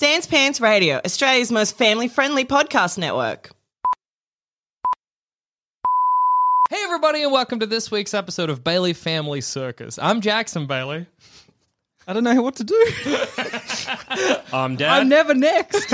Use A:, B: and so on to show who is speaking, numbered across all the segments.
A: Sans Pants Radio, Australia's most family friendly podcast network.
B: Hey, everybody, and welcome to this week's episode of Bailey Family Circus. I'm Jackson Bailey.
C: I don't know what to do.
B: I'm
C: I'm never next.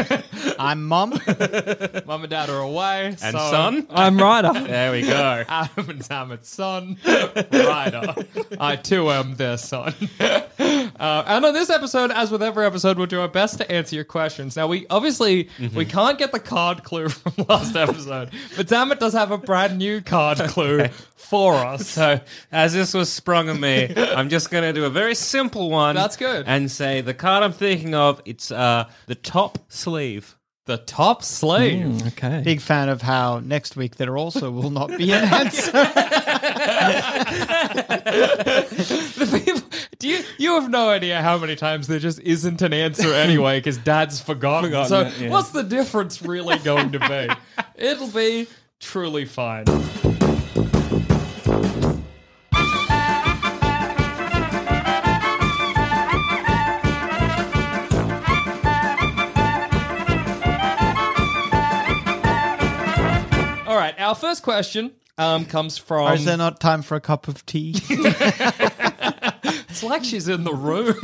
D: I'm mom.
B: Mum and Dad are away. And
D: son.
C: I'm Ryder.
B: There we go. Adam and Ahmed's son, Ryder. I too am their son. Uh, and on this episode, as with every episode, we'll do our best to answer your questions. Now, we obviously we can't get the card clue from last episode, but Zamet does have a brand new card clue for us.
E: So, as this was sprung on me, I'm just going to do a very simple one.
B: That's good.
E: And say the card I'm thinking of, it's uh, the top sleeve.
B: The top sleeve.
C: Mm, Okay.
D: Big fan of how next week there also will not be an answer.
B: The people, do you you have no idea how many times there just isn't an answer anyway because dad's forgotten. so
E: it, yeah.
B: what's the difference really going to be? It'll be truly fine. All right, our first question um, comes from.
D: or is there not time for a cup of tea?
B: It's like she's in the room.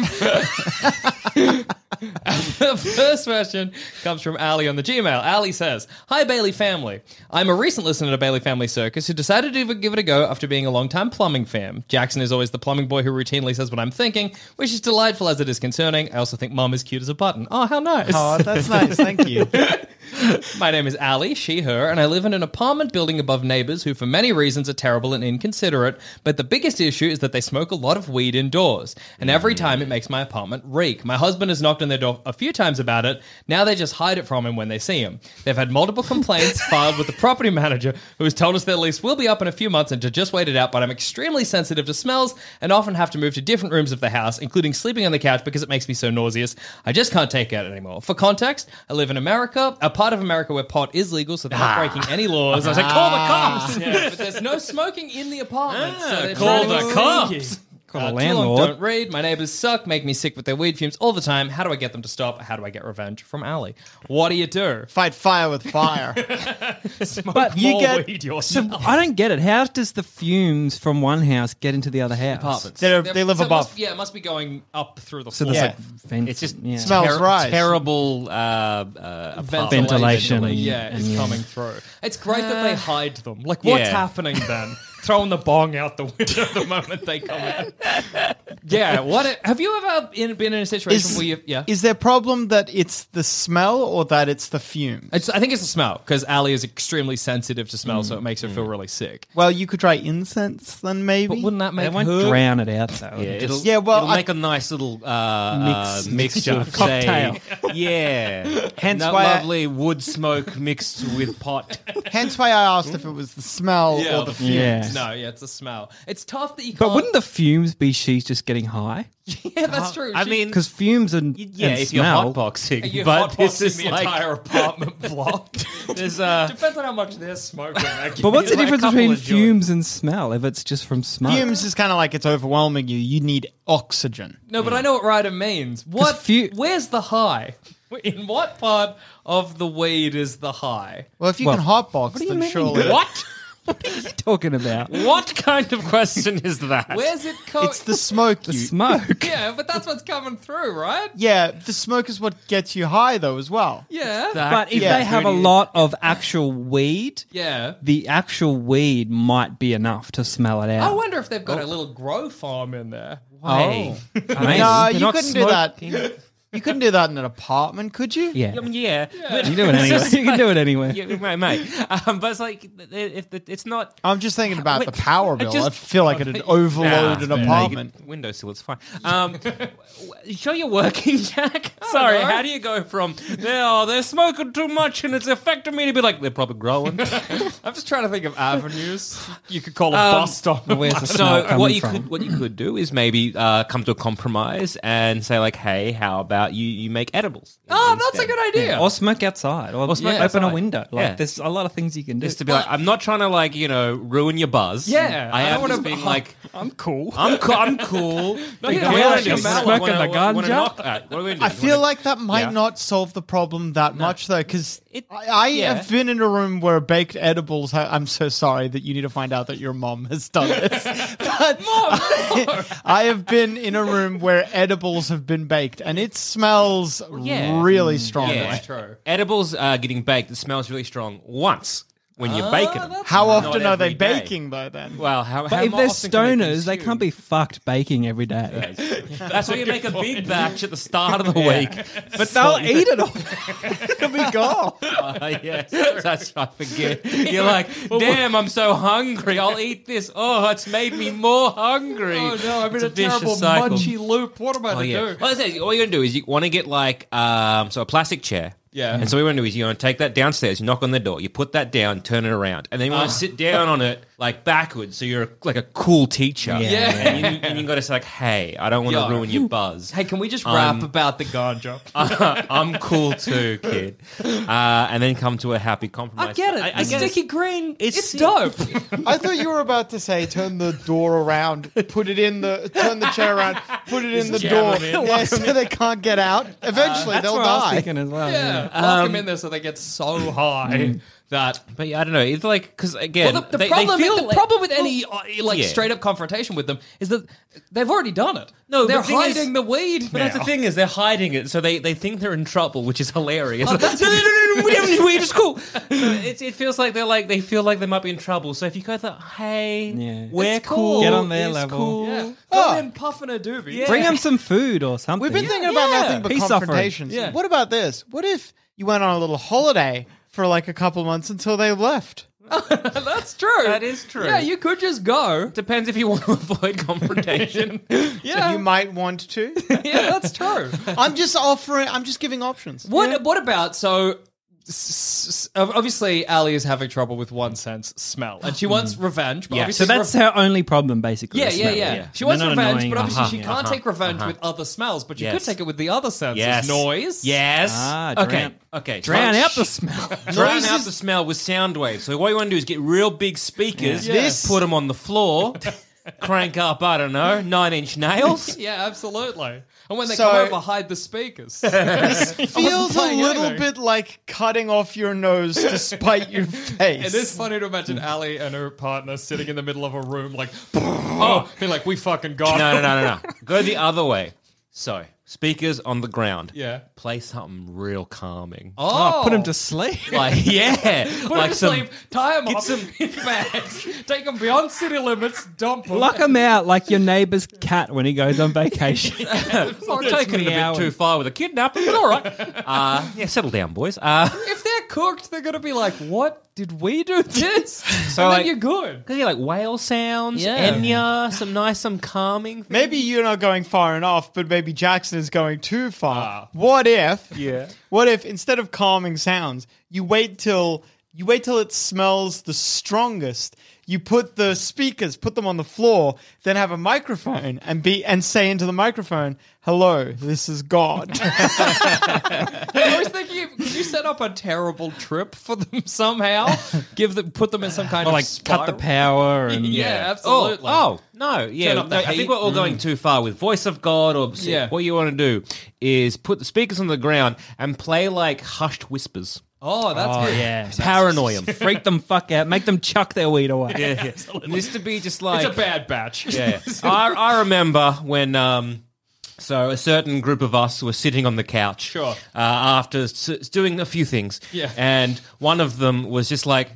B: the first question comes from Ali on the Gmail. Ali says, Hi, Bailey family. I'm a recent listener to Bailey Family Circus who decided to give it a go after being a long-time plumbing fan. Jackson is always the plumbing boy who routinely says what I'm thinking, which is delightful as it is concerning. I also think mum is cute as a button. Oh, how nice.
D: oh, that's nice. Thank you.
B: My name is Ali, she, her, and I live in an apartment building above neighbors who, for many reasons, are terrible and inconsiderate. But the biggest issue is that they smoke a lot of weed indoors, and every time it makes my apartment reek. My husband has knocked on their door a few times about it. Now they just hide it from him when they see him. They've had multiple complaints filed with the property manager, who has told us their lease will be up in a few months and to just wait it out. But I'm extremely sensitive to smells and often have to move to different rooms of the house, including sleeping on the couch because it makes me so nauseous. I just can't take it anymore. For context, I live in America, a part of America where pot is legal, so they're not
E: Ah.
B: breaking any laws. I was like, call the cops. Yeah, but there's no smoking in the apartment. so they're
E: Ah, call
B: trying
E: the
B: to-
E: cops.
C: Call
B: Uh,
C: a
B: too Long,
C: landlord.
B: don't read. My neighbors suck. Make me sick with their weed fumes all the time. How do I get them to stop? How do I get revenge from Ali? What do you do?
D: Fight fire with fire.
B: Smoke
C: But you
B: more
C: get-
B: weed
C: So
B: yourself.
C: I don't get it. How does the fumes from one house get into the other house?
E: Apartments.
D: They're, they live
B: So it must-
D: above.
B: yeah, it must be going up through the
C: So
B: floor.
C: there's
D: Yeah.
C: like vents.
E: It's just
C: yeah.
D: Smells right.
E: Terrible uh, uh, apartment.
C: Ventilation.
B: Yeah, it's
C: Yeah.
B: coming through. It's great that they hide them. Like, what's
E: Yeah.
B: happening then? Throwing the bong out the window the moment they come in. yeah. What have you ever in, been in a situation
D: Is,
B: where you? Yeah.
D: is there a problem that it's the smell or that it's the fume?
B: it's, I think it's the smell because Ali is extremely sensitive to smell, so it makes her feel
E: Mm.
B: really sick.
D: Well, you could try incense then, maybe.
B: But wouldn't that
C: They
B: make
C: won't
B: her?
C: drown it out though.
E: Yeah, it'll,
D: Yeah, well,
E: it'll
D: I-
E: make a nice little uh,
C: Mix-
E: uh, mixture of
C: cocktail.
E: say- yeah,
D: Hence
E: that
D: why I-
E: lovely wood smoke mixed with pot.
D: Hence why I asked if it was the smell
B: Yeah,
D: or the
B: the
D: fume.
C: Yeah.
B: No, Oh, yeah, it's the smell. It's tough that you. Can't,
C: But wouldn't the fumes be she's just getting high?
B: Yeah, that's true.
E: Uh, I
B: She-
E: mean,
C: Because fumes and,
E: yeah,
C: and
E: if
C: smell.
E: you're hotboxing,
B: Are you
E: but this
B: hotboxing
E: is
B: the
E: like
B: entire apartment block.
E: there's uh,
B: Depends on how much they're smoking. I guess.
C: but what's the
E: Like a
C: difference
E: couple
C: between
E: of joints.
C: fumes and smell if it's just from smoke?
D: Fumes is kind of like it's overwhelming you. You need oxygen.
B: No, but I know what rider means. What?
C: few-
B: where's the high? In what part of the weed is the high?
D: Well, if you
C: Well,
D: can hotbox,
C: do you
D: then
C: mean?
D: surely.
E: what?
C: talking about?
E: What kind of question is that?
B: Where's it coming?
D: It's the smoke.
C: The
D: you-
C: smoke.
B: yeah, but that's what's coming through, right?
D: yeah, the smoke is what gets you high, though, as well.
B: Yeah,
C: But if
D: Yeah.
C: they have a lot of actual weed,
B: yeah.
C: the actual weed might be enough to smell it
E: Oh,
C: out.
B: I wonder if they've got a little grow farm in there.
C: Oh,
D: No,
C: Amazing.
D: you couldn't do that. You couldn't do that in an apartment, could you?
C: Yeah.
E: I mean, yeah, but
C: You can do it anyway. you can do it anyway.
E: yeah, mate, mate. Um, but it's like if the, it's not
D: I'm just thinking about
E: Wait,
D: the power
E: I
D: bill. I,
E: just-
D: feel like it'd overload an
E: Nah,
D: apartment.
E: Make it Windowsill, it's fine. Um, show you're working, Jack. Sorry,
B: know.
E: how do you go from they're, oh, they're smoking too much and it's affecting me to be like they're probably growing?
B: I'm just trying to think of avenues you could call a
E: Um,
B: bus stop.
C: Where's the
E: so
C: smell coming
E: what you
C: from?
E: could what you could do is maybe uh, come to a compromise and say like, hey, how about you you make edibles?
B: Oh, that's a good idea.
C: Or smoke outside, or,
E: smoke
C: open
E: outside.
C: a window. Like
E: Yeah.
C: there's a lot of things you can do.
E: Just to be like, I'm not trying to like you know ruin your buzz.
B: Yeah,
E: I,
B: I
E: am
B: don't
E: just
B: wanna-
E: being like,
C: I'm cool.
E: I'm co- I'm cool. Like,
B: yeah, yeah,
E: what are we gonna do?
B: just
E: Wanna-
C: smoking
E: wanna-
C: the
E: wanna
C: ganja.
E: knock- alright, what are we gonna do?
D: I feel
E: Wanna-
D: like that might
E: Yeah.
D: not solve the problem that much, though, because
E: It-
D: I, I
E: yeah.
D: have been in a room where baked edibles. I, I'm so sorry that you need to find out that your mom has done this. but I, I have been in a room where edibles have been baked, and it smells
E: Oh, yeah. Mm,
D: really strongly.
E: Yeah.
B: That's true.
E: Edibles are getting baked. It smells really strong once when you're baking them.
D: How
E: Not
D: often are they
E: every day.
D: baking, though? Then
E: Well, how, how
C: But if
E: more
C: they're
E: often can they
C: stoners, they
E: consume?
C: can't be fucked baking every day.
E: That's why you make a big batch at the start of the week.
C: But they'll eat it all. It'll be gone.
E: Uh, yeah, that's I forget. You're like, damn, I'm so hungry. I'll eat this. Oh, it's made me more hungry.
B: Oh no, I'm in
E: It's
B: a,
E: vicious
B: terrible
E: cycle.
B: munchy loop. What am I
E: Oh,
B: to
E: yeah.
B: do?
E: Well, that's it. all you're gonna do is you want to get like um, so a plastic chair.
B: Yeah.
E: And so what you want to do is you want to take that downstairs, you knock on the door, you put that down, turn it around, and
B: Ah.
E: then you want to sit down on it like backwards, so you're like a cool teacher.
B: Yeah.
E: And, you, and you got to say like, hey, I don't want
B: Yo.
E: to ruin your buzz.
B: Hey, can we just
E: I'm-
B: rap about the ganja?
E: I'm cool too, kid. Uh, and then come to a happy compromise.
B: I get it. the
E: guess-
B: sticky green. It's,
E: It's-
B: dope.
D: I thought you were about to say turn the door around, put it in the turn the chair around, put it in the
E: jam 'em
D: door,
E: in.
D: yeah, so they can't get out. Eventually,
C: That's
D: they'll
C: what I was
D: die.
C: thinking as well.
B: yeah,
E: Um,
B: lock them in there so they get so high that.
E: Mm. But yeah, I don't know. It's like because again,
B: Well, the, the
E: they, they
B: problem,
E: feel
B: the
E: like-
B: problem with any uh, like
E: Yeah.
B: straight up confrontation with them is that they've already done it.
E: No,
B: they're
E: the thing is-
B: hiding the weed.
E: But that's the
B: now.
E: thing is they're hiding it, so they, they think they're in trouble, which is hilarious.
B: Oh,
E: no, no, no, no, no, we haven't- we're just cool. It, it feels like they're like they feel like they might be in trouble. So if you go there, hey,
C: Yeah.
E: we're
B: It's cool.
E: cool.
C: Get on their
E: it's
C: level.
E: cool."
B: Yeah. Got them puffing a doobie.
E: Yeah.
C: Bring them some food or something.
D: We've been thinking about
E: Yeah.
D: nothing but
C: Peace offering.
D: confrontations.
E: Yeah.
D: What about this? What if you went on a little holiday for like a couple months until they left?
B: That's true.
E: That is true.
B: Yeah, you could just go.
E: Depends if you want to avoid confrontation.
B: Yeah,
D: You might want to.
B: yeah, that's true.
D: I'm just offering. I'm just giving options.
B: What What about so? s- s- Obviously, Ali is having trouble with one sense smell, and she wants revenge. But
E: Yeah,
B: obviously
C: So that's her only problem, basically.
B: yeah,
C: the
B: yeah,
C: smell.
B: yeah, She
C: They're
B: wants
C: not
B: revenge,
C: annoying.
B: but obviously
C: Uh-huh.
B: she can't take revenge with other smells. But you could
E: Yes.
B: take it with the other senses:
E: yes.
B: noise.
E: Yes.
C: Ah,
E: okay.
C: drown-
E: Okay.
C: drown
E: Touch.
C: out the smell.
E: Drown
D: Noises-
E: out the smell with sound waves. So what you want to do is get real big speakers,
D: Yeah. This-
E: put them on the floor, crank up, I don't know, nine inch nails.
B: Yeah, absolutely. And when they
D: So-
B: come over, hide the speakers.
D: Feels a
B: playing
D: little
B: anything.
D: bit like cutting off your nose to spite your face.
B: It is funny to imagine Ali and her partner sitting in the middle of a room, like, oh, they're like, we fucking got
E: No,
B: it.
E: no, no, no, no. Go the other way. So speakers on the ground.
B: Yeah.
E: Play something real calming.
B: Oh,
C: Put him to sleep.
E: Like yeah,
B: Put him
E: like
B: to sleep, tie him up some in bags, take him beyond city limits, dump him.
C: Lock him out like your neighbour's cat when he goes on vacation.
E: Or taking it a bit
C: meowing.
E: too far with a kidnapping, but all right. Uh, yeah, settle down, boys. Uh,
B: if they're cooked, they're gonna be like, "What did we do this?" so and
E: like-
B: then you're good.
E: cause you like whale sounds,
B: Yeah.
E: Enya, some nice, some calming. things.
D: Maybe you're not going far enough, but maybe Jackson is going too
B: Ah.
D: far. What if? Yeah. What if instead of calming sounds, you wait till you wait till it smells the strongest. You put the speakers, put them on the floor, then have a microphone and be and say into the microphone, "Hello, this is God."
B: I was thinking, if- could you set up a terrible trip for them somehow? Give them, put them in some kind of
C: like cut the
B: spiral?
C: power and
B: Yeah,
E: Oh,
B: absolutely.
E: oh no, yeah.
B: Turn up the
E: no, I
B: heat. Mm.
E: think we're all going too far with voice of God. Or
B: Yeah.
E: what you want to do is put the speakers on the ground and play like hushed whispers.
B: oh, that's
C: Oh,
B: good.
C: yeah.
E: Paranoia 'em.
C: Freak them fuck out. Make them chuck their weed away.
E: yeah, yeah. This to be just like
B: It's a bad batch.
E: Yeah, I, I remember when. Um, so a certain group of us were sitting on the couch.
B: Sure.
E: Uh, after s- doing a few things.
B: Yeah.
E: And one of them was just like,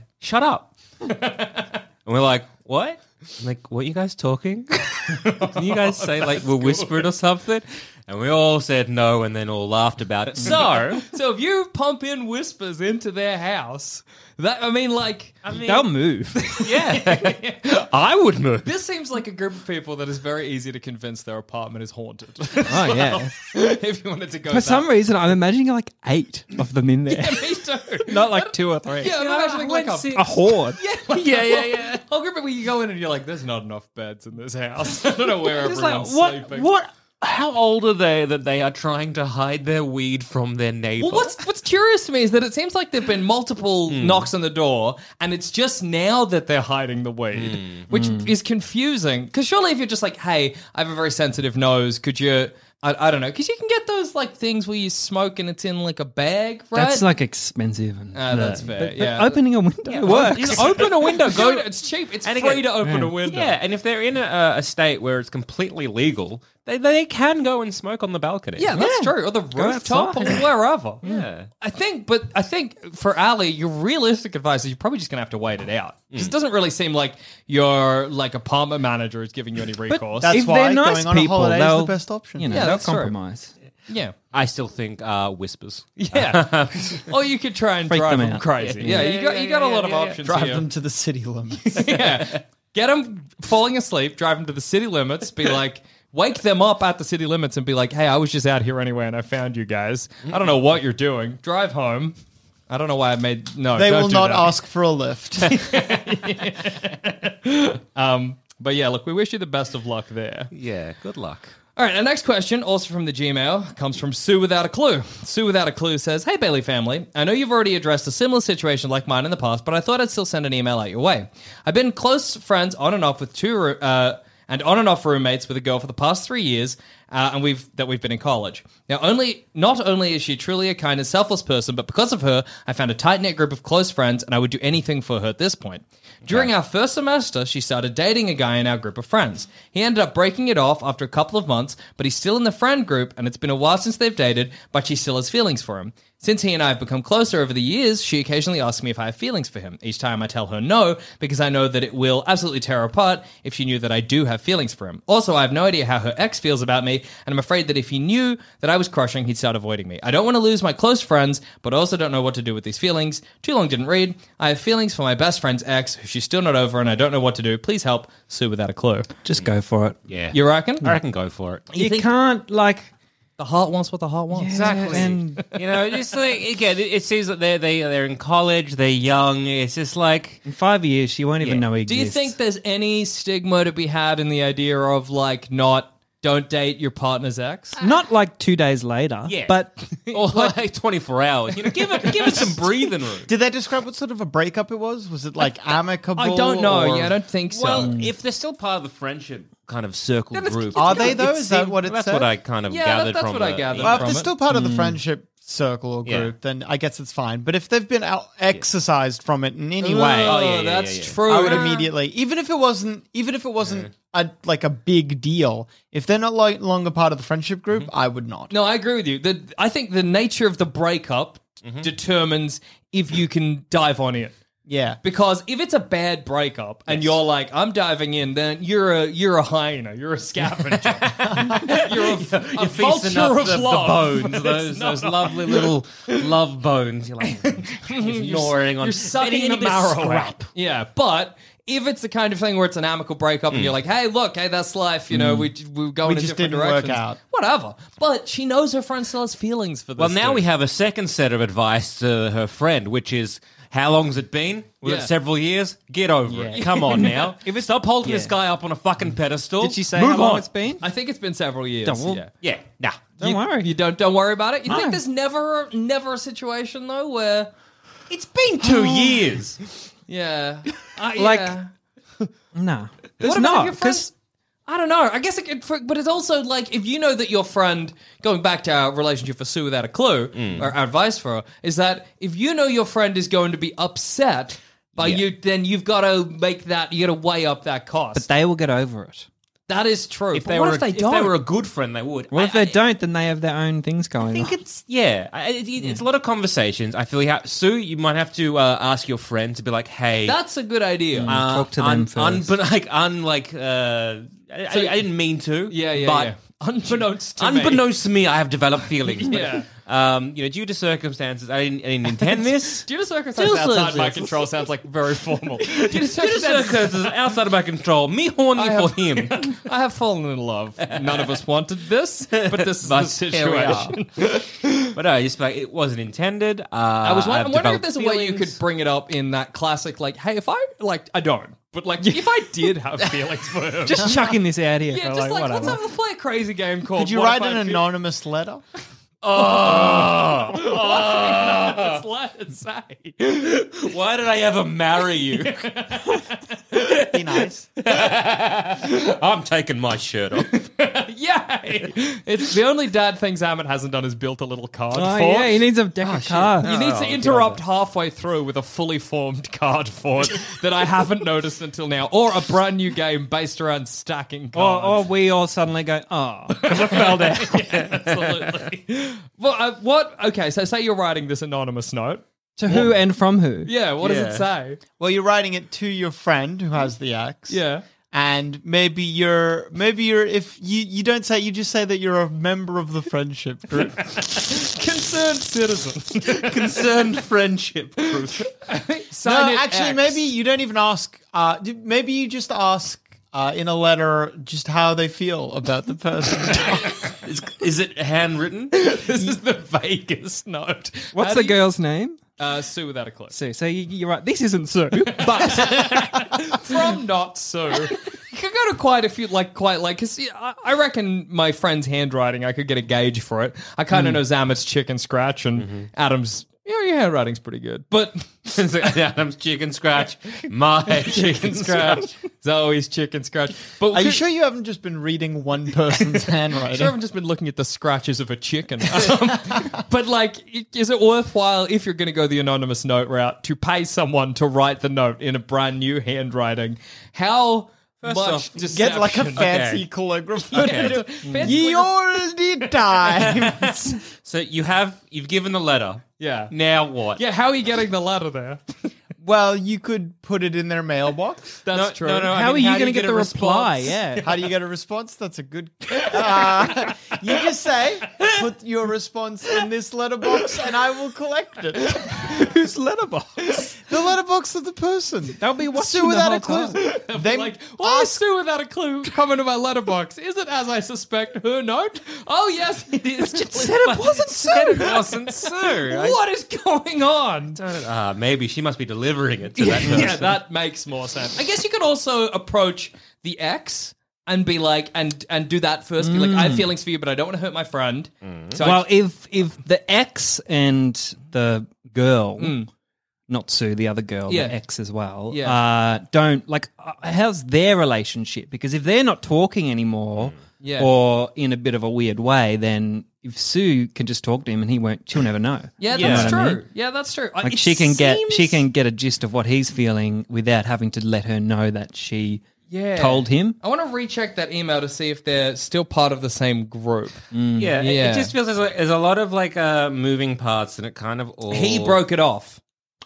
E: "Shut up," and we're like, "What?" I'm like, "What are you guys talking? Can you guys say like we're whispered or something?" and we all said no, and then all laughed about it. So
B: So if you pump in whispers into their house, that I mean, like,
C: They'll move.
E: yeah, I would move.
B: this seems like a group of people that is very easy to convince their apartment is haunted.
C: oh yeah.
B: if you wanted to go
C: For some reason, I'm imagining like eight of them in there,
B: reason, me too.
C: not like two or three.
B: Yeah, I'm imagining like a,
C: A horde.
B: yeah, yeah, yeah. Whole group of where you go in and you're like, "There's not enough beds in this house." I don't know where
E: It's like
B: everyone's
E: what?
B: sleeping.
E: What? How old are they that they are trying to hide their weed from their neighbor?
B: Well, what's what's curious to me is that it seems like there've been multiple
E: Hmm.
B: knocks on the door, and it's just now that they're hiding the weed,
E: Hmm.
B: which is confusing. Because surely, if you're just like, "Hey, I have a very sensitive nose," could you? I, I don't know, because you can get those like things where you smoke and it's in like a bag, right?
C: That's like expensive. And
B: Ah, that's fair,
C: But, but
B: yeah.
C: opening a window
B: You
C: works.
B: open a window. Go. to- it's cheap. It's
E: And
B: free
E: again-
B: to open a window.
E: yeah, and if they're in a, a state where it's completely legal, they, they can go and smoke on the balcony.
B: Yeah, that's true. Or the rooftop or
C: outside.
B: wherever.
E: Yeah.
B: I think, but I think for Ali, your realistic advice is you're probably just going to have to wait it out. 'Cause It doesn't really seem like your like apartment manager is giving you any recourse.
D: That's
C: if
D: why
C: they're nice
D: going on
C: people,
D: a holiday is
C: they'll-
D: the best option.
C: You know,
B: Yeah,
C: they'll
B: that's true.
C: compromise.
B: yeah.
E: I still think uh, whispers.
B: Yeah. or you could try and
C: Freak
B: drive
C: them
B: them,
C: out.
B: crazy. Yeah, you got, you got a lot of options
D: Drive
B: here.
D: them to the city limits.
B: yeah. Get them falling asleep, drive them to the city limits, be like, wake them up at the city limits and be like, hey, I was just out here anyway and I found you guys. I don't know what you're doing. Drive home. I don't know why I made. No,
D: they
B: don't
D: will
B: do
D: not
B: that.
D: ask for a lift.
B: But yeah, look, we wish you the best of luck there.
E: Yeah, good luck.
B: All right, our next question, also from the Gmail, comes from Sue Without a Clue. Sue Without a Clue says, Hey, Bailey family, I know you've already addressed a similar situation like mine in the past, but I thought I'd still send an email out your way. I've been close friends on and off with two. roo- Uh, and on and off roommates with a girl for the past three years, uh, and we've that we've been in college. Now, only not only is she truly a kind and selfless person, but because of her, I found a tight knit group of close friends, and I would do anything for her at this point. During our first semester, she started dating a guy in our group of friends. He ended up breaking it off after a couple of months, but he's still in the friend group, and it's been a while since they've dated, but she still has feelings for him. Since he and I have become closer over the years, she occasionally asks me if I have feelings for him. Each time I tell her no, because I know that it will absolutely tear her apart if she knew that I do have feelings for him. Also, I have no idea how her ex feels about me, and I'm afraid that if he knew that I was crushing, he'd start avoiding me. I don't want to lose my close friends, but I also don't know what to do with these feelings. Too long didn't read. I have feelings for my best friend's ex, who she's still not over, and I don't know what to do. Please help. Sue without a clue.
C: Just go for it.
E: Yeah.
B: You reckon?
E: I reckon go for it.
C: You, can't like
B: The heart wants what the heart wants.
E: Exactly.
C: And-
E: you know, just like again, it, it seems that they're they they're in college, they're young. It's just like
C: in five years she won't even
E: Yeah.
C: know he
B: Do you
C: exists.
B: think there's any stigma to be had in the idea of like not don't date your partner's ex?
C: Not like two days later.
E: Yeah.
C: But
E: or like twenty four hours. You know, give it give it some breathing room.
D: Did they describe what sort of a breakup it was? Was it like amicable?
B: I don't know.
D: or-
B: Yeah, I don't think so.
E: Well,
D: Mm.
E: if they're still part of the friendship kind of circle group,
D: Are they though? Is that what it
E: that's
D: said?
E: what I kind of
B: Yeah, that-
E: gathered
B: that's
E: from
B: what I
E: the-
B: gathered.
D: Well, if
B: from
D: they're
B: it.
D: still part of the friendship circle or
E: Yeah.
D: group, then I guess it's fine. But if they've been out exercised from it in any
B: Oh,
D: way,
E: yeah, yeah,
B: that's
E: yeah, uh, yeah.
B: true.
D: I would immediately, even if it wasn't, even if it wasn't a, like a big deal, if they're not like longer part of the friendship group, I would not.
B: Mm-hmm. No, I agree with you. The, I think the nature of the breakup
E: Mm-hmm.
B: determines if you can dive on it.
D: Yeah,
B: Because if it's a bad breakup and you're like, I'm diving in, then you're a you're a hyena, you're a scavenger, you're a, a
E: feasting
B: vulture
E: up
B: of
E: the, the
B: love.
E: bones, those, those lovely little love bones. You're like just gnawing on.
B: You're sucking
E: any- any
B: the
E: bit of
B: marrow
E: scrap.
B: out. Yeah, but if it's the kind of thing where it's an amicable breakup and you're
E: Mm.
B: like, "Hey, look, hey, that's life. You know, we we we're going
D: We
B: in
D: just
B: different
D: didn't work
B: directions.
D: out.
B: Whatever." But she knows her friend still has feelings for this.
E: Well, now
B: dude.
E: we have a second set of advice to her friend, which is how long's it been? Was
B: Yeah.
E: it several years? Get over it. Come on now. if it's stop holding this guy up on a fucking pedestal.
C: Mm. did she say
E: move
C: how long
E: on.
C: it's been?
B: I think it's been several years.
C: Don't- well,
B: yeah.
E: Yeah, nah.
C: Don't
B: You-
C: worry.
B: You don't don't worry about it. You think
C: No.
B: there's never never a situation though where
E: It's been
C: Oh.
E: two years.
B: yeah, I-
C: Like-
B: yeah.
C: Nah. There's
B: what about if your
C: not because
B: friends? I don't know. I guess it could, for- but it's also like if you know that your friend, going back to our relationship for Sue without a clue,
C: Mm.
B: or our advice for her, is that if you know your friend is going to be upset by you, then you've got to make that, you got to weigh up that cost.
C: but they will get over it.
B: that is true.
E: If
B: But
E: they
B: what
E: were,
B: if they don't?
E: If they were a good friend, they would.
C: Well,
E: I-
C: if they
E: I-
C: don't, then they have their own things going
E: I think
C: on.
E: it's yeah. I- It, it, It's a lot of conversations. I feel you have Sue. You might have to uh, ask your friend to be like, "Hey,
B: That's a good idea.
C: Mm. Talk to them
E: un,
C: first.
E: un- but like, un, like, uh, I, I- I didn't mean to.
B: Yeah, yeah,
E: But
B: yeah. unbeknownst to me.
E: Unbeknownst to me, I have developed feelings. but,
B: Yeah.
E: um, you know, due to circumstances, I didn't, I didn't intend this.
B: Due to circumstances
E: Due to
B: outside my
E: circumstances.
B: control sounds like very formal. Due to
E: Due to circumstances outside of my control, me horny
B: I have-
E: for him.
B: I have fallen in love. None of us wanted this, but this is the
E: But here we are.
B: situation.
E: but no, just like it wasn't intended. Uh,
B: I was wondering,
E: I've
B: I'm wondering if
E: developed
B: there's a way you could
E: feelings.
B: bring it up in that classic, like, hey, if I like, I don't, but like, if I did have feelings for her,
C: Just chucking this out here.
B: yeah,
C: for,
B: just like, let's,
C: whatever.
B: have, let's play a crazy game called.
D: Could you
B: What If
D: write an
B: I Feel-
D: anonymous letter?
B: Oh. Let's let it say.
E: Why did I ever marry you?
D: Be nice.
E: I'm taking my shirt off.
B: Yay! It's the only dad thing Zamet hasn't done is built a little card
C: Oh,
B: for.
C: yeah, he needs a deck of cards.
B: He needs to interrupt halfway through with a fully formed card fort that I haven't noticed until now, or a brand new game based around stacking
C: Or,
B: cards.
C: or we all suddenly go, oh, because I fell down.
B: Absolutely. well, uh, what? Okay, so say you're writing this anonymous note.
C: to who and from who?
B: Yeah. What does
E: Yeah.
B: it say?
D: Well, you're writing it to your friend who has the axe.
B: Yeah.
D: And maybe you're maybe you're if you you don't say you just say that you're a member of the friendship group.
B: Concerned citizen.
D: Concerned friendship group. No,
B: Sign it
D: actually
B: X.
D: maybe you don't even ask uh d- maybe you just ask uh, in a letter just how they feel about the person.
E: Is, is it handwritten?
B: this is the vaguest note.
C: What's
B: How
C: the
B: do you-
C: girl's name?
B: Uh, Sue without a clue.
C: Sue. So you, you're right. This isn't Sue, but
B: From not Sue. You could go to quite a few, like quite like, because I, I reckon my friend's handwriting, I could get a gauge for it. I kind of know Zamet's chicken scratch and Adam's. Yeah, your handwriting's pretty good, but
E: It's like Adam's chicken scratch, my
B: chicken scratch, Zoe's chicken scratch. But
D: Are you
B: could-
D: sure you haven't just been reading one person's
B: Sure,
D: handwriting?
B: I've just been looking at the scratches of a chicken. Um, but, like, i- is it worthwhile, if you're going to go the anonymous note route, to pay someone to write the note in a brand new handwriting? How much
E: off,
B: deception?
D: Get like a fancy
E: Okay.
D: calligrapher.
E: Okay.
B: fancy
D: Ye olde times.
E: So you have you've given the letter.
B: Yeah.
E: Now what?
B: Yeah, how are you getting the letter there?
D: well, you could put it in their mailbox.
B: That's
E: No,
B: true.
E: no, no, I
C: how
E: mean,
C: are
E: how do
C: you
E: you
C: going to
E: get
C: get
E: a
C: the reply?
E: response?
C: Yeah.
D: How do you get a response? That's a good. Uh, you just say, put your response in this letterbox and I will collect it. Whose letterbox? The letterbox of the person. That
C: They'll be watching
D: Sue
C: the
D: without
C: whole
D: a clue.
C: time.
D: They
B: like, why is Sue without a clue coming to my letterbox? Is it as I suspect her note? Oh, yes, it is. Just
C: said it wasn't
E: Said it wasn't Sue. I-
B: What is going on?
E: Ah, maybe she must be delivering it to that person.
B: yeah, that makes more sense. I guess you could also approach the ex and be like, and and do that first. Be like, I
E: Mm.
B: have feelings for you, but I don't want to hurt my friend. So
C: Well, if if the ex and the girl, not Sue, the other girl,
B: Mm. Yeah.
C: the ex as well,
B: Yeah.
C: uh, don't like, uh, how's their relationship? Because if they're not talking anymore,
B: Yeah.
C: or in a bit of a weird way, then if Sue can just talk to him and he won't, she'll never know.
B: yeah,
C: You know
B: that's
C: what I
B: true.
C: mean?
B: Yeah, that's true. I-
C: Like
B: it
C: she can get she
B: seems-
C: can get a gist of what he's feeling without having to let her know that she
B: Yeah.
C: told him.
B: I want to recheck that email to see if they're still part of the same group.
E: Yeah, it-
B: Yeah.
E: It, just feels as like there's a lot of like uh, moving parts, and it kind of all
B: He broke it off,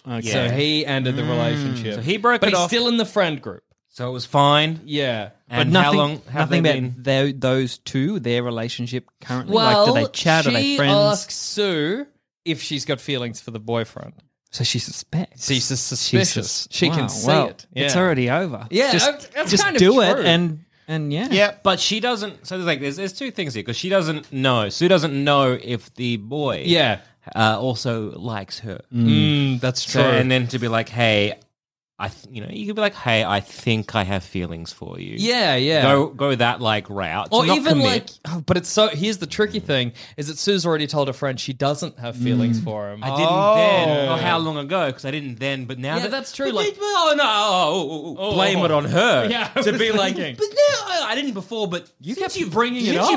C: Okay.
B: so he ended
C: Mm.
B: the relationship.
E: So he broke
B: but
E: it
B: he's
E: off.
B: still in the friend group.
E: So it was fine.
B: Yeah,
C: But
E: And
C: nothing,
E: how long have
C: nothing
E: they
C: about
E: been?
C: tho- those two, their relationship currently.
B: well,
C: like, do they chat?
B: She
C: Are they friends?
B: asks Sue if she's got feelings for the boyfriend.
C: so she suspects.
B: She's sus- suspicious. She can see it.
C: It's
B: Yeah.
C: already over.
B: Yeah,
C: just,
B: that- that's
C: just
B: kind of
C: do
B: true.
C: it, and and yeah,
D: yeah.
E: But she doesn't. So there's like there's, there's two things here because she doesn't know. Sue doesn't know if the boy
B: Yeah,
E: uh, also likes her.
B: mm, that's true.
E: So, and then to be like, hey, I th- you know you could be like, hey, I think I have feelings for you.
B: yeah, yeah.
E: Go go that like route.
B: or
E: Not
B: even
E: commit.
B: like, oh, but it's so. Here's the tricky thing: is that Sue's already told a friend she doesn't have feelings for him.
E: Mm.
B: Oh.
E: I didn't then. Or how long ago? Because I didn't then, but now.
B: Yeah,
E: that-
B: that's true,
E: But
B: like-
E: they- oh no! oh, oh, oh, blame it on her.
B: Yeah, I
E: to
B: was
E: be like,
B: thinking.
E: but no, I- I didn't before. But you
B: kept bringing it
E: since
B: up,
E: You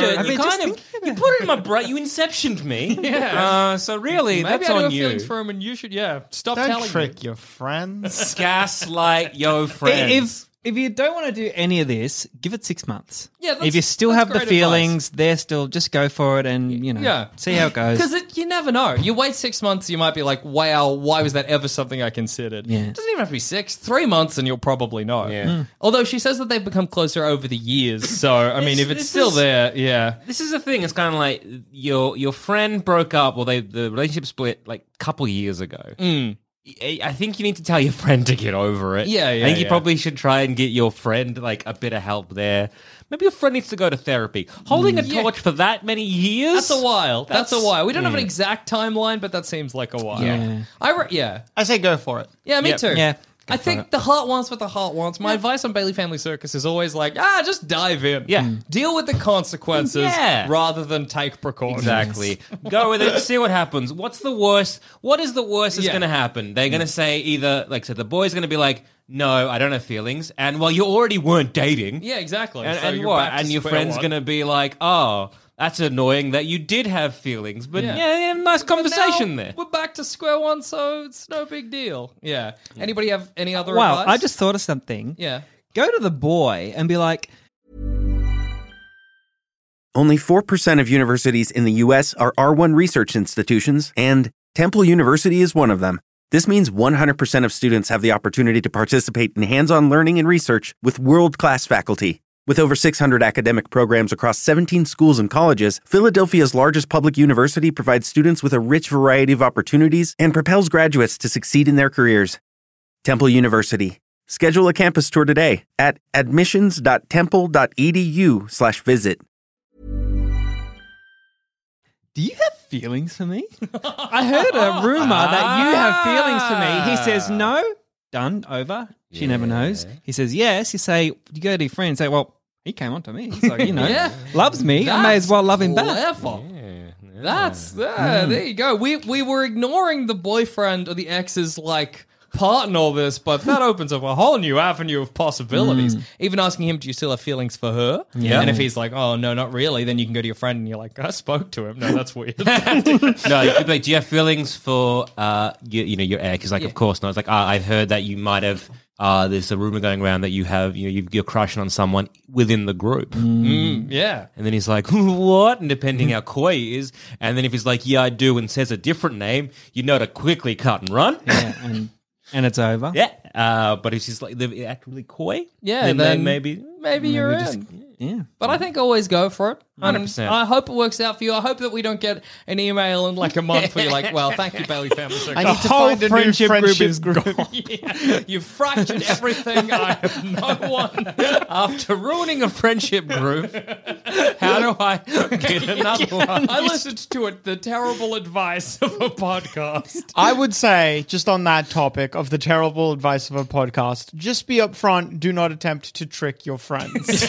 B: so-
E: it.
B: I've
E: You
B: been just
E: kind of you put it in my brain. You inceptioned me.
B: Yeah.
E: Uh, so really,
B: Maybe I
E: that's
B: do
E: on
B: have
E: you.
B: feelings for him, and you should yeah stop
D: Don't
B: telling me.
D: trick your friends.
E: Gaslight yo friends.
C: If if you don't want to do any of this, give it six months.
B: Yeah, that's-
C: if you still
B: that's
C: have the
B: great
C: feelings, they're still just go for it and you know,
B: Yeah.
C: see how it goes.
B: Because you never know. You wait six months, you might be like, wow, why was that ever something I considered?
C: Yeah.
B: It doesn't even have to be six, three months, and you'll probably know. Mm. Although she says that they've become closer over the years. So, I mean, if it's
E: this
B: still
E: is-
B: there, yeah.
E: This is the thing. It's kind of like your your friend broke up or they the relationship split like a couple years ago. Mm. I I think you need to tell your friend to get over it.
B: Yeah, yeah,
E: I think you
B: yeah.
E: probably should try and get your friend like a bit of help there. Maybe your friend needs to go to therapy. Holding a torch for that many years?
B: That's a while. That's,
E: That's-
B: a while. We don't have an exact timeline, but that seems like a while.
C: Yeah.
B: I re- yeah.
D: I say go for it.
B: Yeah, me too.
C: Yeah.
B: I think the heart wants what the heart wants. My advice on Bailey Family Circus is always like, ah, just dive in.
E: Yeah. Mm.
B: Deal with the consequences
E: Yeah.
B: rather than take precautions.
E: Exactly. Go with it. See what happens. What's the worst? What is the worst that's
B: Yeah. Mm.
E: going to happen? They're going to say either, like, so the boy's going to be like, no, I don't have feelings. And well, you already weren't dating.
B: Yeah, exactly.
E: And,
B: So
E: and
B: you're
E: what?
B: back to
E: And your
B: square
E: friend's
B: one.
E: going to be like, oh, that's annoying that you did have feelings. But
B: Yeah.
E: yeah, yeah, nice conversation
B: Now
E: there.
B: We're back to square one, so it's no big deal. Yeah. Anybody have any other
C: wow,
B: advice?
C: I just thought of something.
B: yeah.
C: Go to the boy and be like,
F: Only 4% of universities in the U.S. are R1 research institutions, and Temple University is one of them. This means 100% of students have the opportunity to participate in hands on learning and research with world class faculty. With over 600 academic programs across 17 schools and colleges, Philadelphia's largest public university provides students with a rich variety of opportunities and propels graduates to succeed in their careers. Temple University. Schedule a campus tour today at admissions.temple.edu/visit.
C: Do you have feelings for me? I heard a rumor that you have feelings for me.
B: Ah.
C: He says no. Done. Over. She never knows. He says yes. You say you go to your friend and say, well, he came on to me. So you know,
B: Yeah.
C: loves me. I may as well love him back.
B: Clever. That's yeah, there you go. We we were ignoring the boyfriend or the ex's like part in all this, but that opens up a whole new avenue of possibilities. Even asking him, "Do you still have feelings for her?" Yeah. And if he's like, "Oh no, not really," then you can go to your friend and you're like, "I spoke to him." No, that's weird.
E: no, you could be like, do you have feelings for uh, you, you know, your ex? He's like, of course not. It's like, ah, I've heard that you might have. Uh, there's a rumor going around that you have, you know, you- you're crushing on someone within the group.
B: Mm, yeah.
E: And then he's like, what? And depending how coy he is, and then if he's like, yeah, I do, and says a different name, you know to quickly cut and run.
C: Yeah, and, and it's over.
E: Yeah. Uh, but if she's like, they act really coy,
B: Yeah,
E: then,
B: then-
E: they maybe.
B: Maybe you're in.
C: Yeah.
B: But I think always go for it. And
E: 100%.
B: I hope it works out for you. I hope that we don't get an email in like a month where you're like, well, thank you, Bailey Family Circle.
D: I need to find a new friendship group.
B: Yeah, you fractured everything. I have no one.
E: After ruining a friendship group, how do I get another one?
B: I listened to it, the terrible advice of a podcast.
D: I would say, just on that topic of the terrible advice of a podcast, just be upfront. Do not attempt to trick your friends.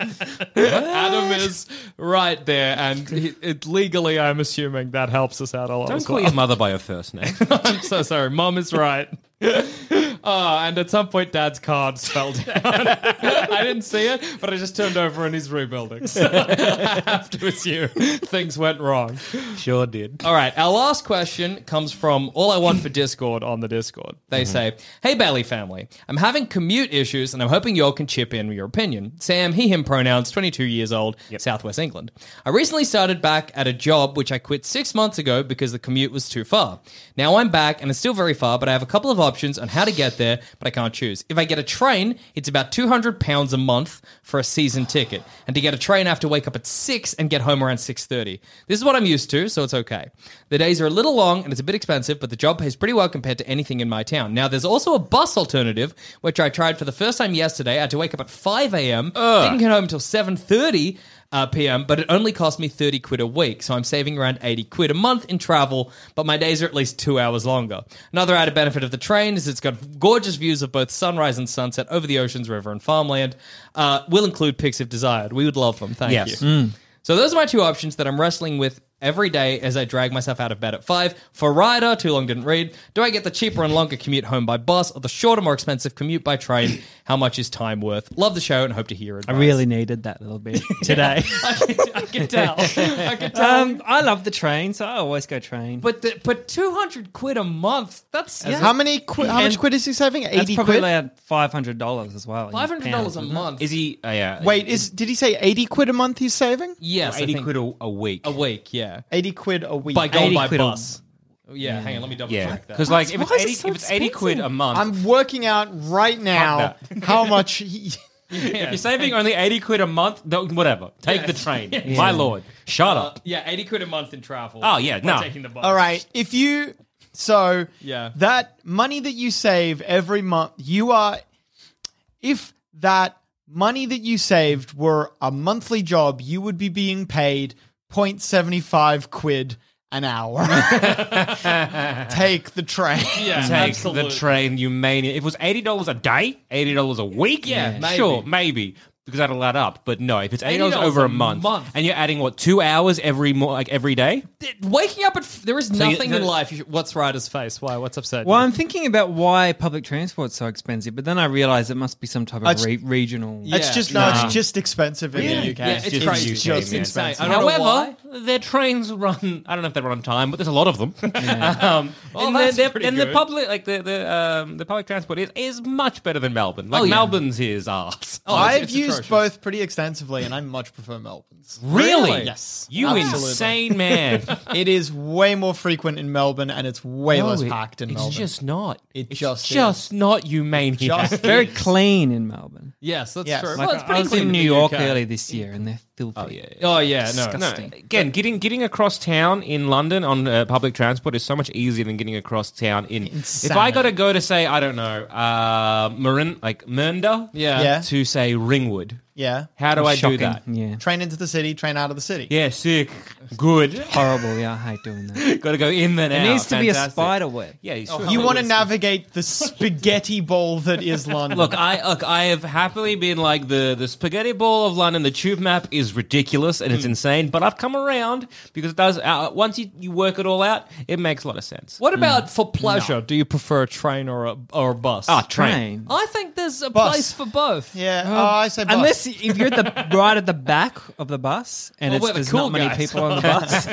B: Adam is right there, and he, it, legally, I'm assuming that helps us out a lot.
E: Don't
B: as
E: call
B: well.
E: your mother by her first name.
B: I'm so sorry. Mom is right. Uh, and at some point, Dad's cards fell down. I didn't see it, but I just turned over and he's rebuilding. So I have to assume things went wrong.
E: sure did.
B: All right, our last question comes from All I Want for Discord on the Discord. They say, Hey, Bailey family, I'm having commute issues and I'm hoping y'all can chip in with your opinion. Sam, he, him pronouns, 22 years old, Southwest England. I recently started back at a job which I quit six months ago because the commute was too far. Now I'm back and it's still very far, but I have a couple of options on how to get there, but I can't choose. If I get a train, it's about 200 pounds a month for a season ticket. And to get a train, I have to wake up at 6 and get home around 6:30. This is what I'm used to, so it's okay. The days are a little long and it's a bit expensive, but the job pays pretty well compared to anything in my town. Now there's also a bus alternative, which I tried for the first time yesterday. I had to wake up at 5 a.m. Didn't get home until 7:30 uh, p.m., but it only cost me 30 quid a week, so I'm saving around 80 quid a month in travel, but my days are at least two hours longer. Another added benefit of the train is it's got gorgeous views of both sunrise and sunset over the oceans, river, and farmland. Uh, will include pics if desired. We would love them. Thank
E: Yes.
B: you. So those are my two options that I'm wrestling with every day as I drag myself out of bed at five. For rider, too long didn't read. Do I get the cheaper and longer commute home by bus or the shorter, more expensive commute by train? How much is time worth? Love the show and hope to hear it.
C: I really needed that little bit today.
B: I can tell. I can tell.
C: um, I love the train, so I always go train.
B: but the, but two hundred quid a month. That's
D: How many? Qu- how much
C: And-
D: quid is he saving?
C: that's
D: Eighty
C: probably
D: quid.
C: like five hundred dollars as well. in
B: five hundred dollars
C: pounds,
B: a
C: isn't it?
B: month.
E: Is he? Oh yeah.
D: Wait, is did he say eighty quid a month? He's saving
B: yes, I
E: eighty
B: think
E: quid a, a week?
B: a week. Yeah,
D: eighty quid a week.
B: by going
C: 80
B: by
C: quid a-
B: bus. yeah, hang on, let me double
E: Yeah,
B: check that.
E: because like if it's
C: Why is it
E: 80,
C: so
E: if it's eighty quid a month,
D: I'm working out right now how much. He-
E: if you're saving only eighty quid a month, don't, whatever. Take the train, my lord. Shut up.
B: yeah, eighty quid a month in travel.
E: Oh, yeah,
B: by
E: no.
B: taking the bus.
D: All right, if you so
B: Yeah.
D: that money that you save every month, you are if that money that you saved were a monthly job, you would be being paid 0.75 quid an hour. Take the train.
B: yeah,
E: Take
B: absolutely.
E: the train, you maniac. If it was eighty dollars a day, eighty dollars a week,
B: Yeah, maybe.
E: sure, maybe because that'll add up. But no, if it's eighty dollars
B: $80
E: over
B: a
E: a month,
B: month.
E: and you're adding what two hours every mo- like every day,
B: Th- Waking up at f- there is
E: you-
B: nothing in
E: the-
B: life. You should, what's Ryder's face? Why? What's upset?
C: Well,
B: you?
C: I'm thinking about why public transport's so expensive, but then I realised it must be some type of
D: That's-
C: re- regional.
D: It's
B: Yeah.
D: just no, it's just expensive in the UK.
B: yeah, it's,
E: just
B: crazy.
E: UK,
B: it's
E: man.
B: insane. I don't know why.
E: However, their trains run. I don't know if they run on time, but there's a lot of them. um,
B: Well,
E: and they're-
B: Oh, that's
E: they're-
B: pretty
E: and
B: good.
E: the public, like the the, um, the public transport, is, is much better than Melbourne. Like
B: Oh, yeah.
E: Melbourne's is arse.
B: Oh, it's-
D: I've
B: it's
D: used
B: atrocious.
D: both pretty extensively, and I much prefer Melbourne's.
B: Really?
D: Yes,
E: you
D: absolutely.
E: insane man.
D: It is way more frequent in Melbourne, and it's way less
E: No, it-
D: packed in
E: it's
D: Melbourne.
E: just not.
D: It
E: it's
D: just
E: just not you maniac.
D: Just-
C: Very clean in Melbourne.
B: Yes, that's
D: Yes.
B: true.
D: Like,
B: well, it's pretty
C: I was
B: clean
C: in New
B: the
C: York
B: UK.
C: early this year, and they're filthy. Oh yeah,
B: Oh yeah, no,
E: no,
C: Disgusting.
E: again, getting getting across town in London on uh, public transport is so much easier than getting across town in. If I got to go to say I don't know, uh, Marin like Mernda,
B: Yeah.
D: Yeah.
E: to say Ringwood,
D: yeah.
E: how do I do
C: Shocking.
E: that?
C: Yeah,
D: Train into the city, train out of the city.
E: Yeah, sick, good.
C: horrible. Yeah, I hate doing that.
E: got to go in then
C: It
E: out.
C: needs to be a
E: Fantastic.
C: spider web.
E: Yeah,
B: Oh,
E: sure.
D: You want to navigate the spaghetti bowl that is London.
E: Look, I look, I have happily been like the the spaghetti ball of London. The tube map is ridiculous and it's
B: Hmm.
E: insane, but I've come around because it does. Uh, once you, you work it all out, it makes a lot of sense.
B: What about for pleasure? Do you prefer a train or a or a bus?
E: Ah, train.
C: Train.
B: I think there's a
D: Bus.
B: place for both.
D: yeah, oh, I say bus.
C: Unless if you're at the right at the back of the bus and
B: Well, Oh,
C: it's,
B: we're the
C: there's
B: cool
C: not many
B: guys.
C: people on the bus,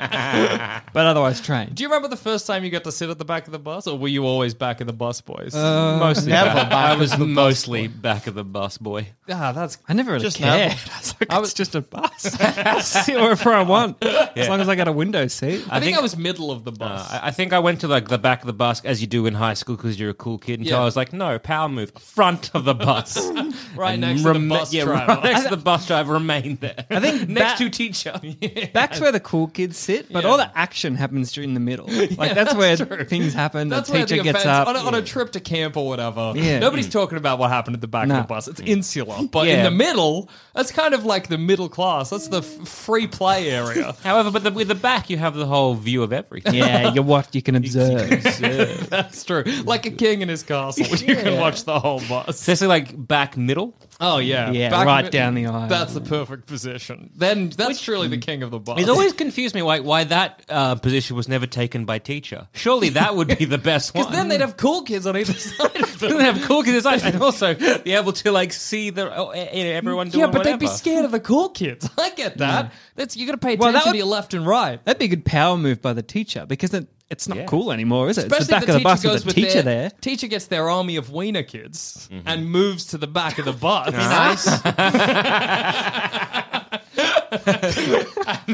C: but otherwise train.
B: Do you remember the first time you got to sit at the back of the bus, or were you always back of the bus, boys?
E: Uh, Mostly,
D: Never
E: back-
D: back
E: Hmm. I
D: of
E: was mostly back of the bus, boy.
B: ah, that's
C: I never really
D: Just
C: cared.
D: now.
C: I was like, it's just a bus. I'll sit wherever I want, as long as I got a window seat.
B: I, think, I was middle of the bus.
E: I I think I went to like the back of the bus as you do in high school because you're a cool kid until
B: Yeah.
E: I was like, no, power move, front of the bus,
B: Right
E: And
B: next to the
E: rema-
B: bus
E: yeah,
B: driver.
E: right next to the bus driver, remained there. I
C: think
E: next
C: that-
E: to teacher.
C: That's where the cool kids sit, but
B: Yeah.
C: all the action happens during the middle. Like that's, where things happen.
B: that's
C: the
B: where
C: teacher
B: the
C: gets
B: offense
C: up.
B: on a, on a trip to camp or whatever.
C: Yeah.
B: Nobody's talking about what happened at the back
C: No.
B: of the bus. It's insular, but in
E: Yeah.
B: the middle, that's kind of like the middle class. That's the f- free play area.
E: However, but the, with the back, you have the whole view of everything.
C: yeah, you what you can observe.
B: that's true. Like a king in his castle, you can watch the whole bus.
E: Especially like back middle.
B: Oh yeah,
C: Yeah,
B: Back
C: right
B: of it-
C: down the aisle.
B: That's the perfect position. Then that's truly the king of the bus.
E: It's always confused me why why that uh, position was never taken by teacher. Surely that would be the best one.
B: because then they'd have cool kids on either side of them.
E: Then they'd have cool kids inside and also be able to like see the oh, eh, eh, everyone doing
B: Yeah, but
E: whatever.
B: they'd be scared of the cool kids. I get that. That's you got to pay attention
C: Well, that
B: to
C: would-
B: your left and right.
C: That'd be a good power move by the teacher because it, it's not
E: Yeah.
C: cool anymore, is it? it's the
B: Especially
C: back
B: if
C: of the bus
B: goes
C: with the teacher
B: their-
C: there.
B: Teacher gets their army of wiener kids and moves to the back of the bus.
D: nice.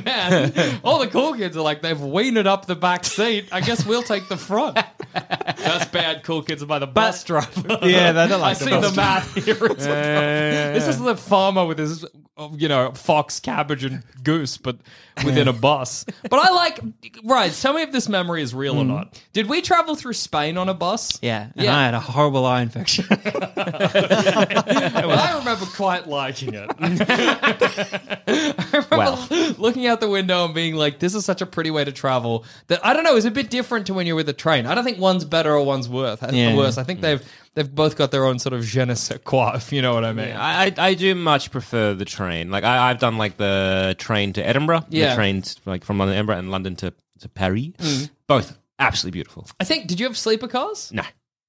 B: Man, all the cool kids are like, they've wienered up the back seat. I guess we'll take the front. That's bad. Cool kids are by the bus driver.
C: Yeah, they don't
B: I
C: like
B: see the math here. It's like, this is the farmer with his, uh, you know, fox, cabbage, and goose, but within a bus. But I like, right, tell me if this memory is real or not. Did we travel through Spain on a bus?
C: Yeah, and
B: Yeah.
C: I had a horrible eye infection.
B: Well, I remember quite liking it. I remember looking out the window and being like, this is such a pretty way to travel that I don't know, is a bit different to when you're with a train. I don't think one's better or one's worth, uh,
C: Yeah.
B: worse. I think they've they've both got their own sort of je ne sais quoi, if you know what I mean.
E: I, I I do much prefer the train. Like I, I've done like the train to Edinburgh,
B: Yeah.
E: the trains like from London to Edinburgh and London to, to Paris. Both absolutely beautiful.
B: I think, did you have sleeper cars?
E: No.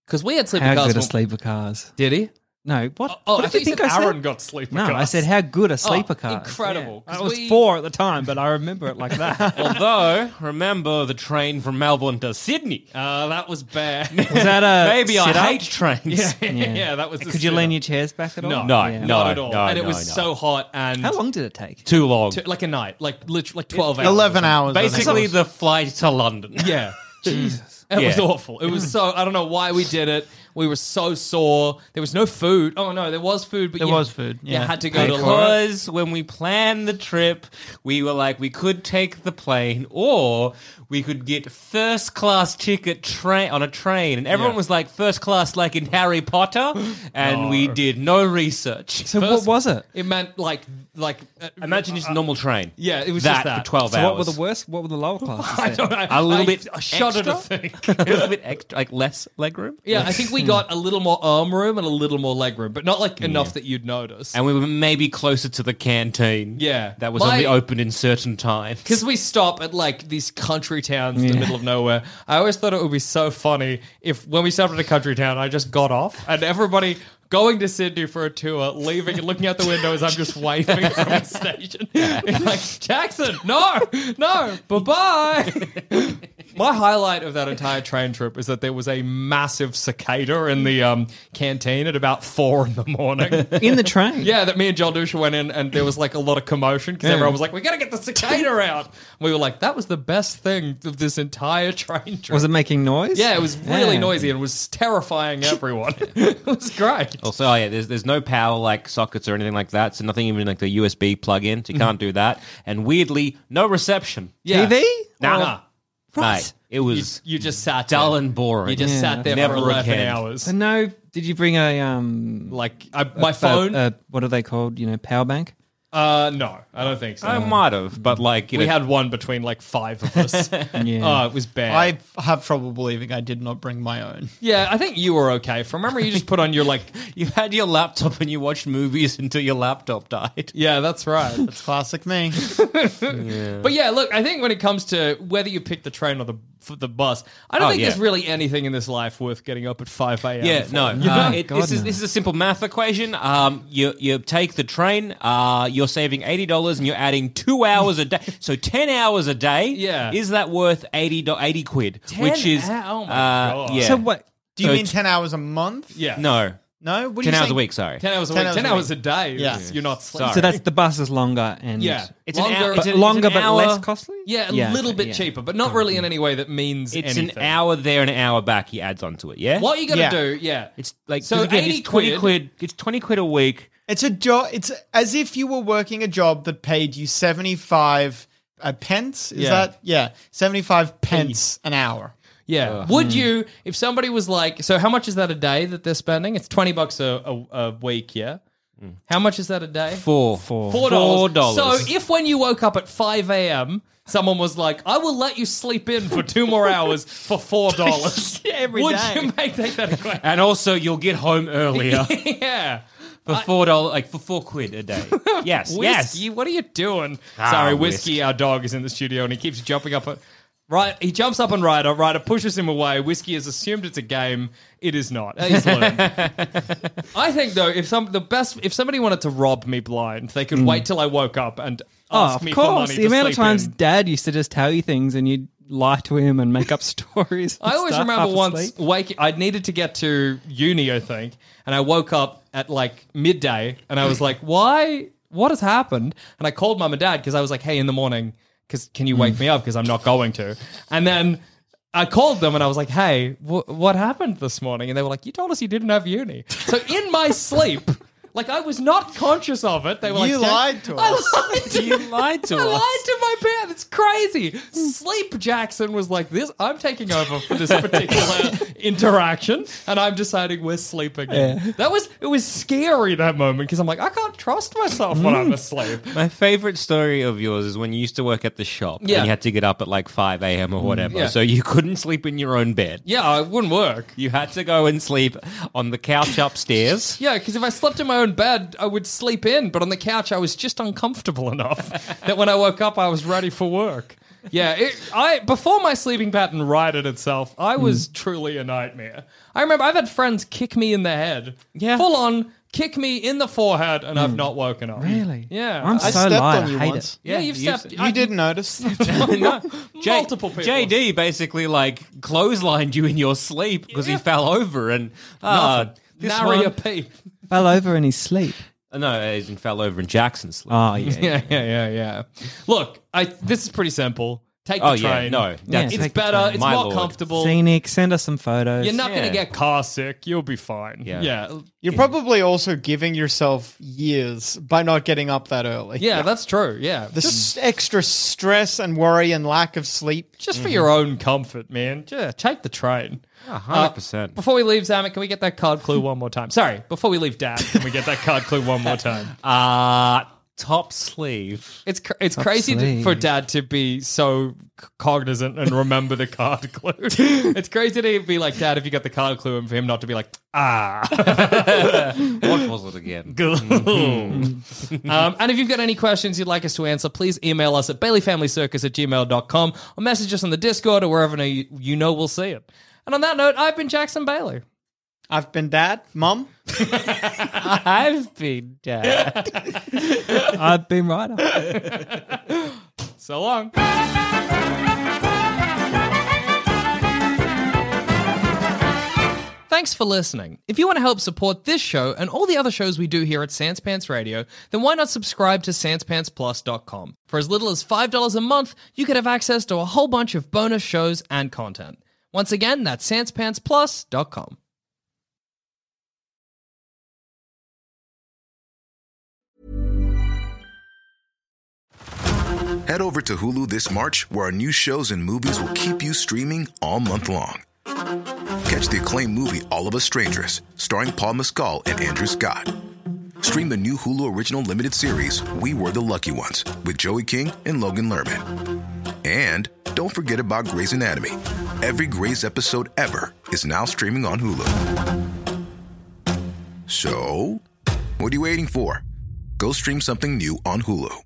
B: Because we had sleeper
C: How
B: cars.
C: good are
B: when-
C: sleeper cars?
B: Did he?
C: No, what?
B: Oh,
C: what
B: I
C: did
B: thought
C: you
B: you
C: think
B: said
C: I said?
B: Aaron got sleeper
C: no,
B: cars.
C: I said how good are sleeper cars?
B: incredible,
C: Yeah. I
B: 'cause
C: was
B: we-
C: four at the time, but I remember it like that. was
E: Although, remember the train from Melbourne to Sydney.
B: Uh, that was bad.
C: that a
E: Maybe I
C: sit up?
E: hate trains.
B: yeah. that was. the
C: Could you lean
B: sit-up.
C: your chairs back at all?
B: No,
E: No,
C: Yeah.
E: no,
B: Not at all.
E: no,
B: and it
E: no,
B: was
E: no.
B: so hot and
C: How long did it take?
E: too long.
B: to- like a night, like literally like twelve hours.
D: Eleven hours. I think it
E: Basically,
D: was.
E: the flight to London.
B: Yeah. Jesus. It was
E: Yeah.
B: awful. It was so I don't know why we did it. We were so sore. There was no food. Oh no, there was food, but
D: There
B: you-
D: was food,
B: You
D: yeah.
B: had to go
D: Paid
B: to
D: for
B: London.
E: Because when we planned the trip, we were like, we could take the plane or we could get first class ticket train on a train. And everyone
B: Yeah.
E: was like, first class, like in Harry Potter. And we did no research.
C: So
B: First-
C: what was it?
B: It meant like like uh,
E: Imagine just a normal train.
B: yeah, it was just
E: that
B: that.
E: for 12
C: So
E: hours.
C: what were the worst? What were the lower classes?
B: I
C: then?
B: don't know.
E: A little
B: I-
E: bit
B: I shudder to
E: extra?
B: think.
E: a little bit extra, like less Hmm. leg room.
B: Yeah, I think we got a little more arm room and a little more leg room, but not like enough that you'd notice.
E: And we were maybe closer to the canteen.
B: Yeah.
E: That was
B: My-
E: only open in certain times.
B: Because we stop at like these country towns in the middle of nowhere. I always thought it would be so funny if when we stopped at a country town, I just got off and everybody going to Sydney for a tour, leaving and looking out the window as I'm just waving from the station. It's like, Jackson, no, no, bye bye. My highlight of that entire train trip is that there was a massive cicada in the um, canteen at about four in the morning.
C: In the train.
B: Yeah, that me and John Dusha went in and there was like a lot of commotion because everyone was like, we got to get the cicada out. We were like, that was the best thing of this entire train trip.
C: Was it making noise?
B: yeah, it was really
C: Yeah.
B: noisy and was terrifying everyone. it was great.
E: Also, oh yeah, there's there's no power like sockets or anything like that, so nothing even like the USB plug-in. So you can't do that. And weirdly, no reception.
B: Mm-hmm. Yeah.
C: TV?
B: Nah.
E: Nah. Mate, it was
B: You just sat there.
E: dull and boring.
B: You just sat there
E: Never
B: for 11
E: again.
B: hours.
C: So Uh, no. Did you bring a um?
B: Like, I,
E: Uh,
B: my
C: a-
B: phone?
C: a- what are they called? You know, power bank.
B: uh, no, I don't think so.
E: I might have, but like you
B: we
E: know,
B: had one between like five of us. Oh, it was bad.
D: I have trouble believing I did not bring my own.
B: yeah, I think you were okay. From memory, you just put on your like,
E: you had your laptop and you watched movies until your laptop died.
B: yeah, that's right.
D: It's classic me.
B: But yeah, look, I think when it comes to whether you pick the train or the f- the bus, I don't
E: Oh,
B: think
E: yeah.
B: there's really anything in this life worth getting up at five a.m.
E: Yeah,
B: for.
E: no.
C: Yeah.
E: Uh, it,
C: God,
E: this is
C: no.
E: this is a simple math equation. Um, you you take the train. Uh, you're saving eighty dollars and you're adding two hours a day, so ten hours a day.
B: Yeah.
E: is that worth 80, do- 80 quid?
B: 10
E: which is
B: hou- oh my
E: uh,
B: God.
E: Yeah.
C: So what?
D: Do you
E: So
D: mean
E: it's-
D: ten hours a month?
B: yeah,
E: No,
D: No. What do
E: ten
D: you
E: hours a
D: think?
E: week. Sorry,
B: ten hours a
D: 10
B: week,
D: hours
B: ten
D: a
B: hours a
D: week.
B: day.
D: Yeah.
B: is- you're not sleeping.
C: So that's the bus is longer and
B: yeah,
E: It's an hour-
C: but
E: it's an-
C: longer but
E: hour-
C: less costly.
B: yeah, a little
C: okay,
B: bit
C: yeah.
B: cheaper, but not really in any way that means
E: Mm-hmm. it's
B: anything.
E: an hour there and an hour back. He adds onto it. Yeah,
B: What you gonna
D: Yeah.
B: do? Yeah,
E: It's like
B: So
E: so again,
B: 80
E: it's twenty
B: quid.
E: quid. It's twenty quid a week.
D: It's a job. It's as if you were working a job that paid you seventy five uh, pence. Is
B: Yeah.
D: that yeah, seventy five pence an hour?
B: yeah. Would you, if somebody was like, so how much is that a day that they're spending? It's twenty bucks a, a, a week. Yeah, how much is that a day?
E: Four,
B: Hmm. Four
E: Four
B: dollars.
E: dollars.
B: So if when you woke up at five a.m., someone was like, "I will let you sleep in for two more hours for four dollars," would
D: day.
B: you make take that equation?
E: and also you'll get home earlier
B: yeah.
E: for four dollars, like for four quid a day. yes, yes.
B: Whiskey, what are you doing?
E: Ah,
B: Sorry, whiskey,
E: whiskey.
B: Our dog is in the studio and he keeps jumping up. At, right, he jumps up on Ryder. Ryder pushes him away. Whiskey has assumed it's a game. It is not. He's learned. I think though, if some the best, if somebody wanted to rob me blind, they
E: Mm.
B: could wait till I woke up and
C: Oh,
B: ask
C: of
B: me for
C: course.
B: money.
C: The
B: to
C: amount of
B: sleep
C: times
B: in.
C: Dad used to just tell you things and you'd lie to him and make up stories. and
B: I always
C: stuff
B: remember
C: half
B: once
C: asleep.
B: waking. I needed to get to uni, I think, and I woke up at like midday, and I was like, "Why? What has happened?" And I called mum and dad because I was like, "Hey, in the morning, because can you
C: Mm.
B: wake me up? Because I'm not going to." And then I called them, and I was like, "Hey, wh- what happened this morning?" And they were like, "You told us you didn't have uni." So in my sleep. Like I was not conscious of it. They were
D: You
B: like,
D: lied to
B: I
D: us.
B: lied to
C: You lied to
B: I
C: us.
B: lied to my parents. It's crazy. Sleep Jackson was like this. I'm taking over for this particular interaction, and I'm deciding we're sleeping.
C: Yeah.
B: That was it. Was scary that moment because I'm like, I can't trust myself when I'm asleep.
E: My favorite story of yours is when you used to work at the shop
B: Yeah. Mm,
E: and you had to get up at like 5 a.m. or whatever.
B: yeah.
E: So you couldn't sleep in your own bed.
B: Yeah, it wouldn't work.
E: You had to go and sleep on the couch upstairs.
B: Yeah, because if I slept in my own bed, I would sleep in, but on the couch, I was just uncomfortable enough that when I woke up, I was ready for work. Yeah, it, I before my sleeping pattern righted itself, I was truly a nightmare. I remember I've had friends kick me in the head,
C: Yeah.
B: full on kick me in the forehead, and I've not woken up.
C: Really?
B: Yeah,
C: I'm
B: I-
D: I
C: so
D: stepped
C: light.
D: on you
C: I hate
D: once.
B: yeah, you've
E: you've-
B: stepped.
D: You didn't notice.
E: J-
B: multiple people.
E: JD basically like clotheslined you in your sleep because
B: Yeah.
E: he fell over and uh, this
B: Nary a
E: one,
B: peep.
C: it. Fell over in his sleep.
E: no, as in fell over in Jackson's sleep.
B: Uh,
C: Oh yeah.
B: Yeah, yeah, yeah, yeah. Look, I this is pretty simple. Take the
E: oh
B: train.
E: yeah, no, that's
C: take
B: it's
C: the
B: better.
C: train.
B: It's
E: My
B: more
E: lord.
B: comfortable.
C: Scenic. Send us some photos.
B: You're not
E: Yeah.
B: going to get car sick. You'll be fine. Yeah.
E: Yeah.
B: Yeah.
D: You're probably also giving yourself years by not getting up that early.
B: that's true. Yeah.
D: The
B: just
D: s- extra stress and worry and lack of sleep.
B: just
E: Mm-hmm.
B: for your own comfort, man. Yeah, take the train.
E: hundred percent.
B: Before we leave, Zamet, can we get that card clue one more time? Sorry, before we leave, Dad, can we get that card clue one more time?
E: Uh top sleeve.
B: It's cr- it's crazy to,
C: sleeve.
B: for Dad to be so c- cognizant and remember the card clue. it's crazy to be like, Dad, if you got the card clue, and for him not to be like, "Ah."
E: What was it again? Mm-hmm.
B: Um, and if you've got any questions you'd like us to answer, please email us at baileyfamilycircus at gmail.com or message us on the Discord or wherever you, you know we'll see it. And on that note, I've been Jackson Bailey.
D: I've been dad, mum.
C: I've been dead. I've been right up.
B: So long. Thanks for listening. If you want to help support this show and all the other shows we do here at Sans Pants Radio, then why not subscribe to SansPantsPlus.com? For as little as $5 a month, you could have access to a whole bunch of bonus shows and content. Once again, that's SansPantsPlus.com.
G: Head over to Hulu this March, where our new shows and movies will keep you streaming all month long. Catch the acclaimed movie All of Us Strangers, starring Paul Mescal and Andrew Scott. Stream the new Hulu original limited series We Were the Lucky Ones with Joey King and Logan Lerman. And don't forget about Grey's Anatomy. Every Grey's episode ever is now streaming on Hulu. So, what are you waiting for? Go stream something new on Hulu.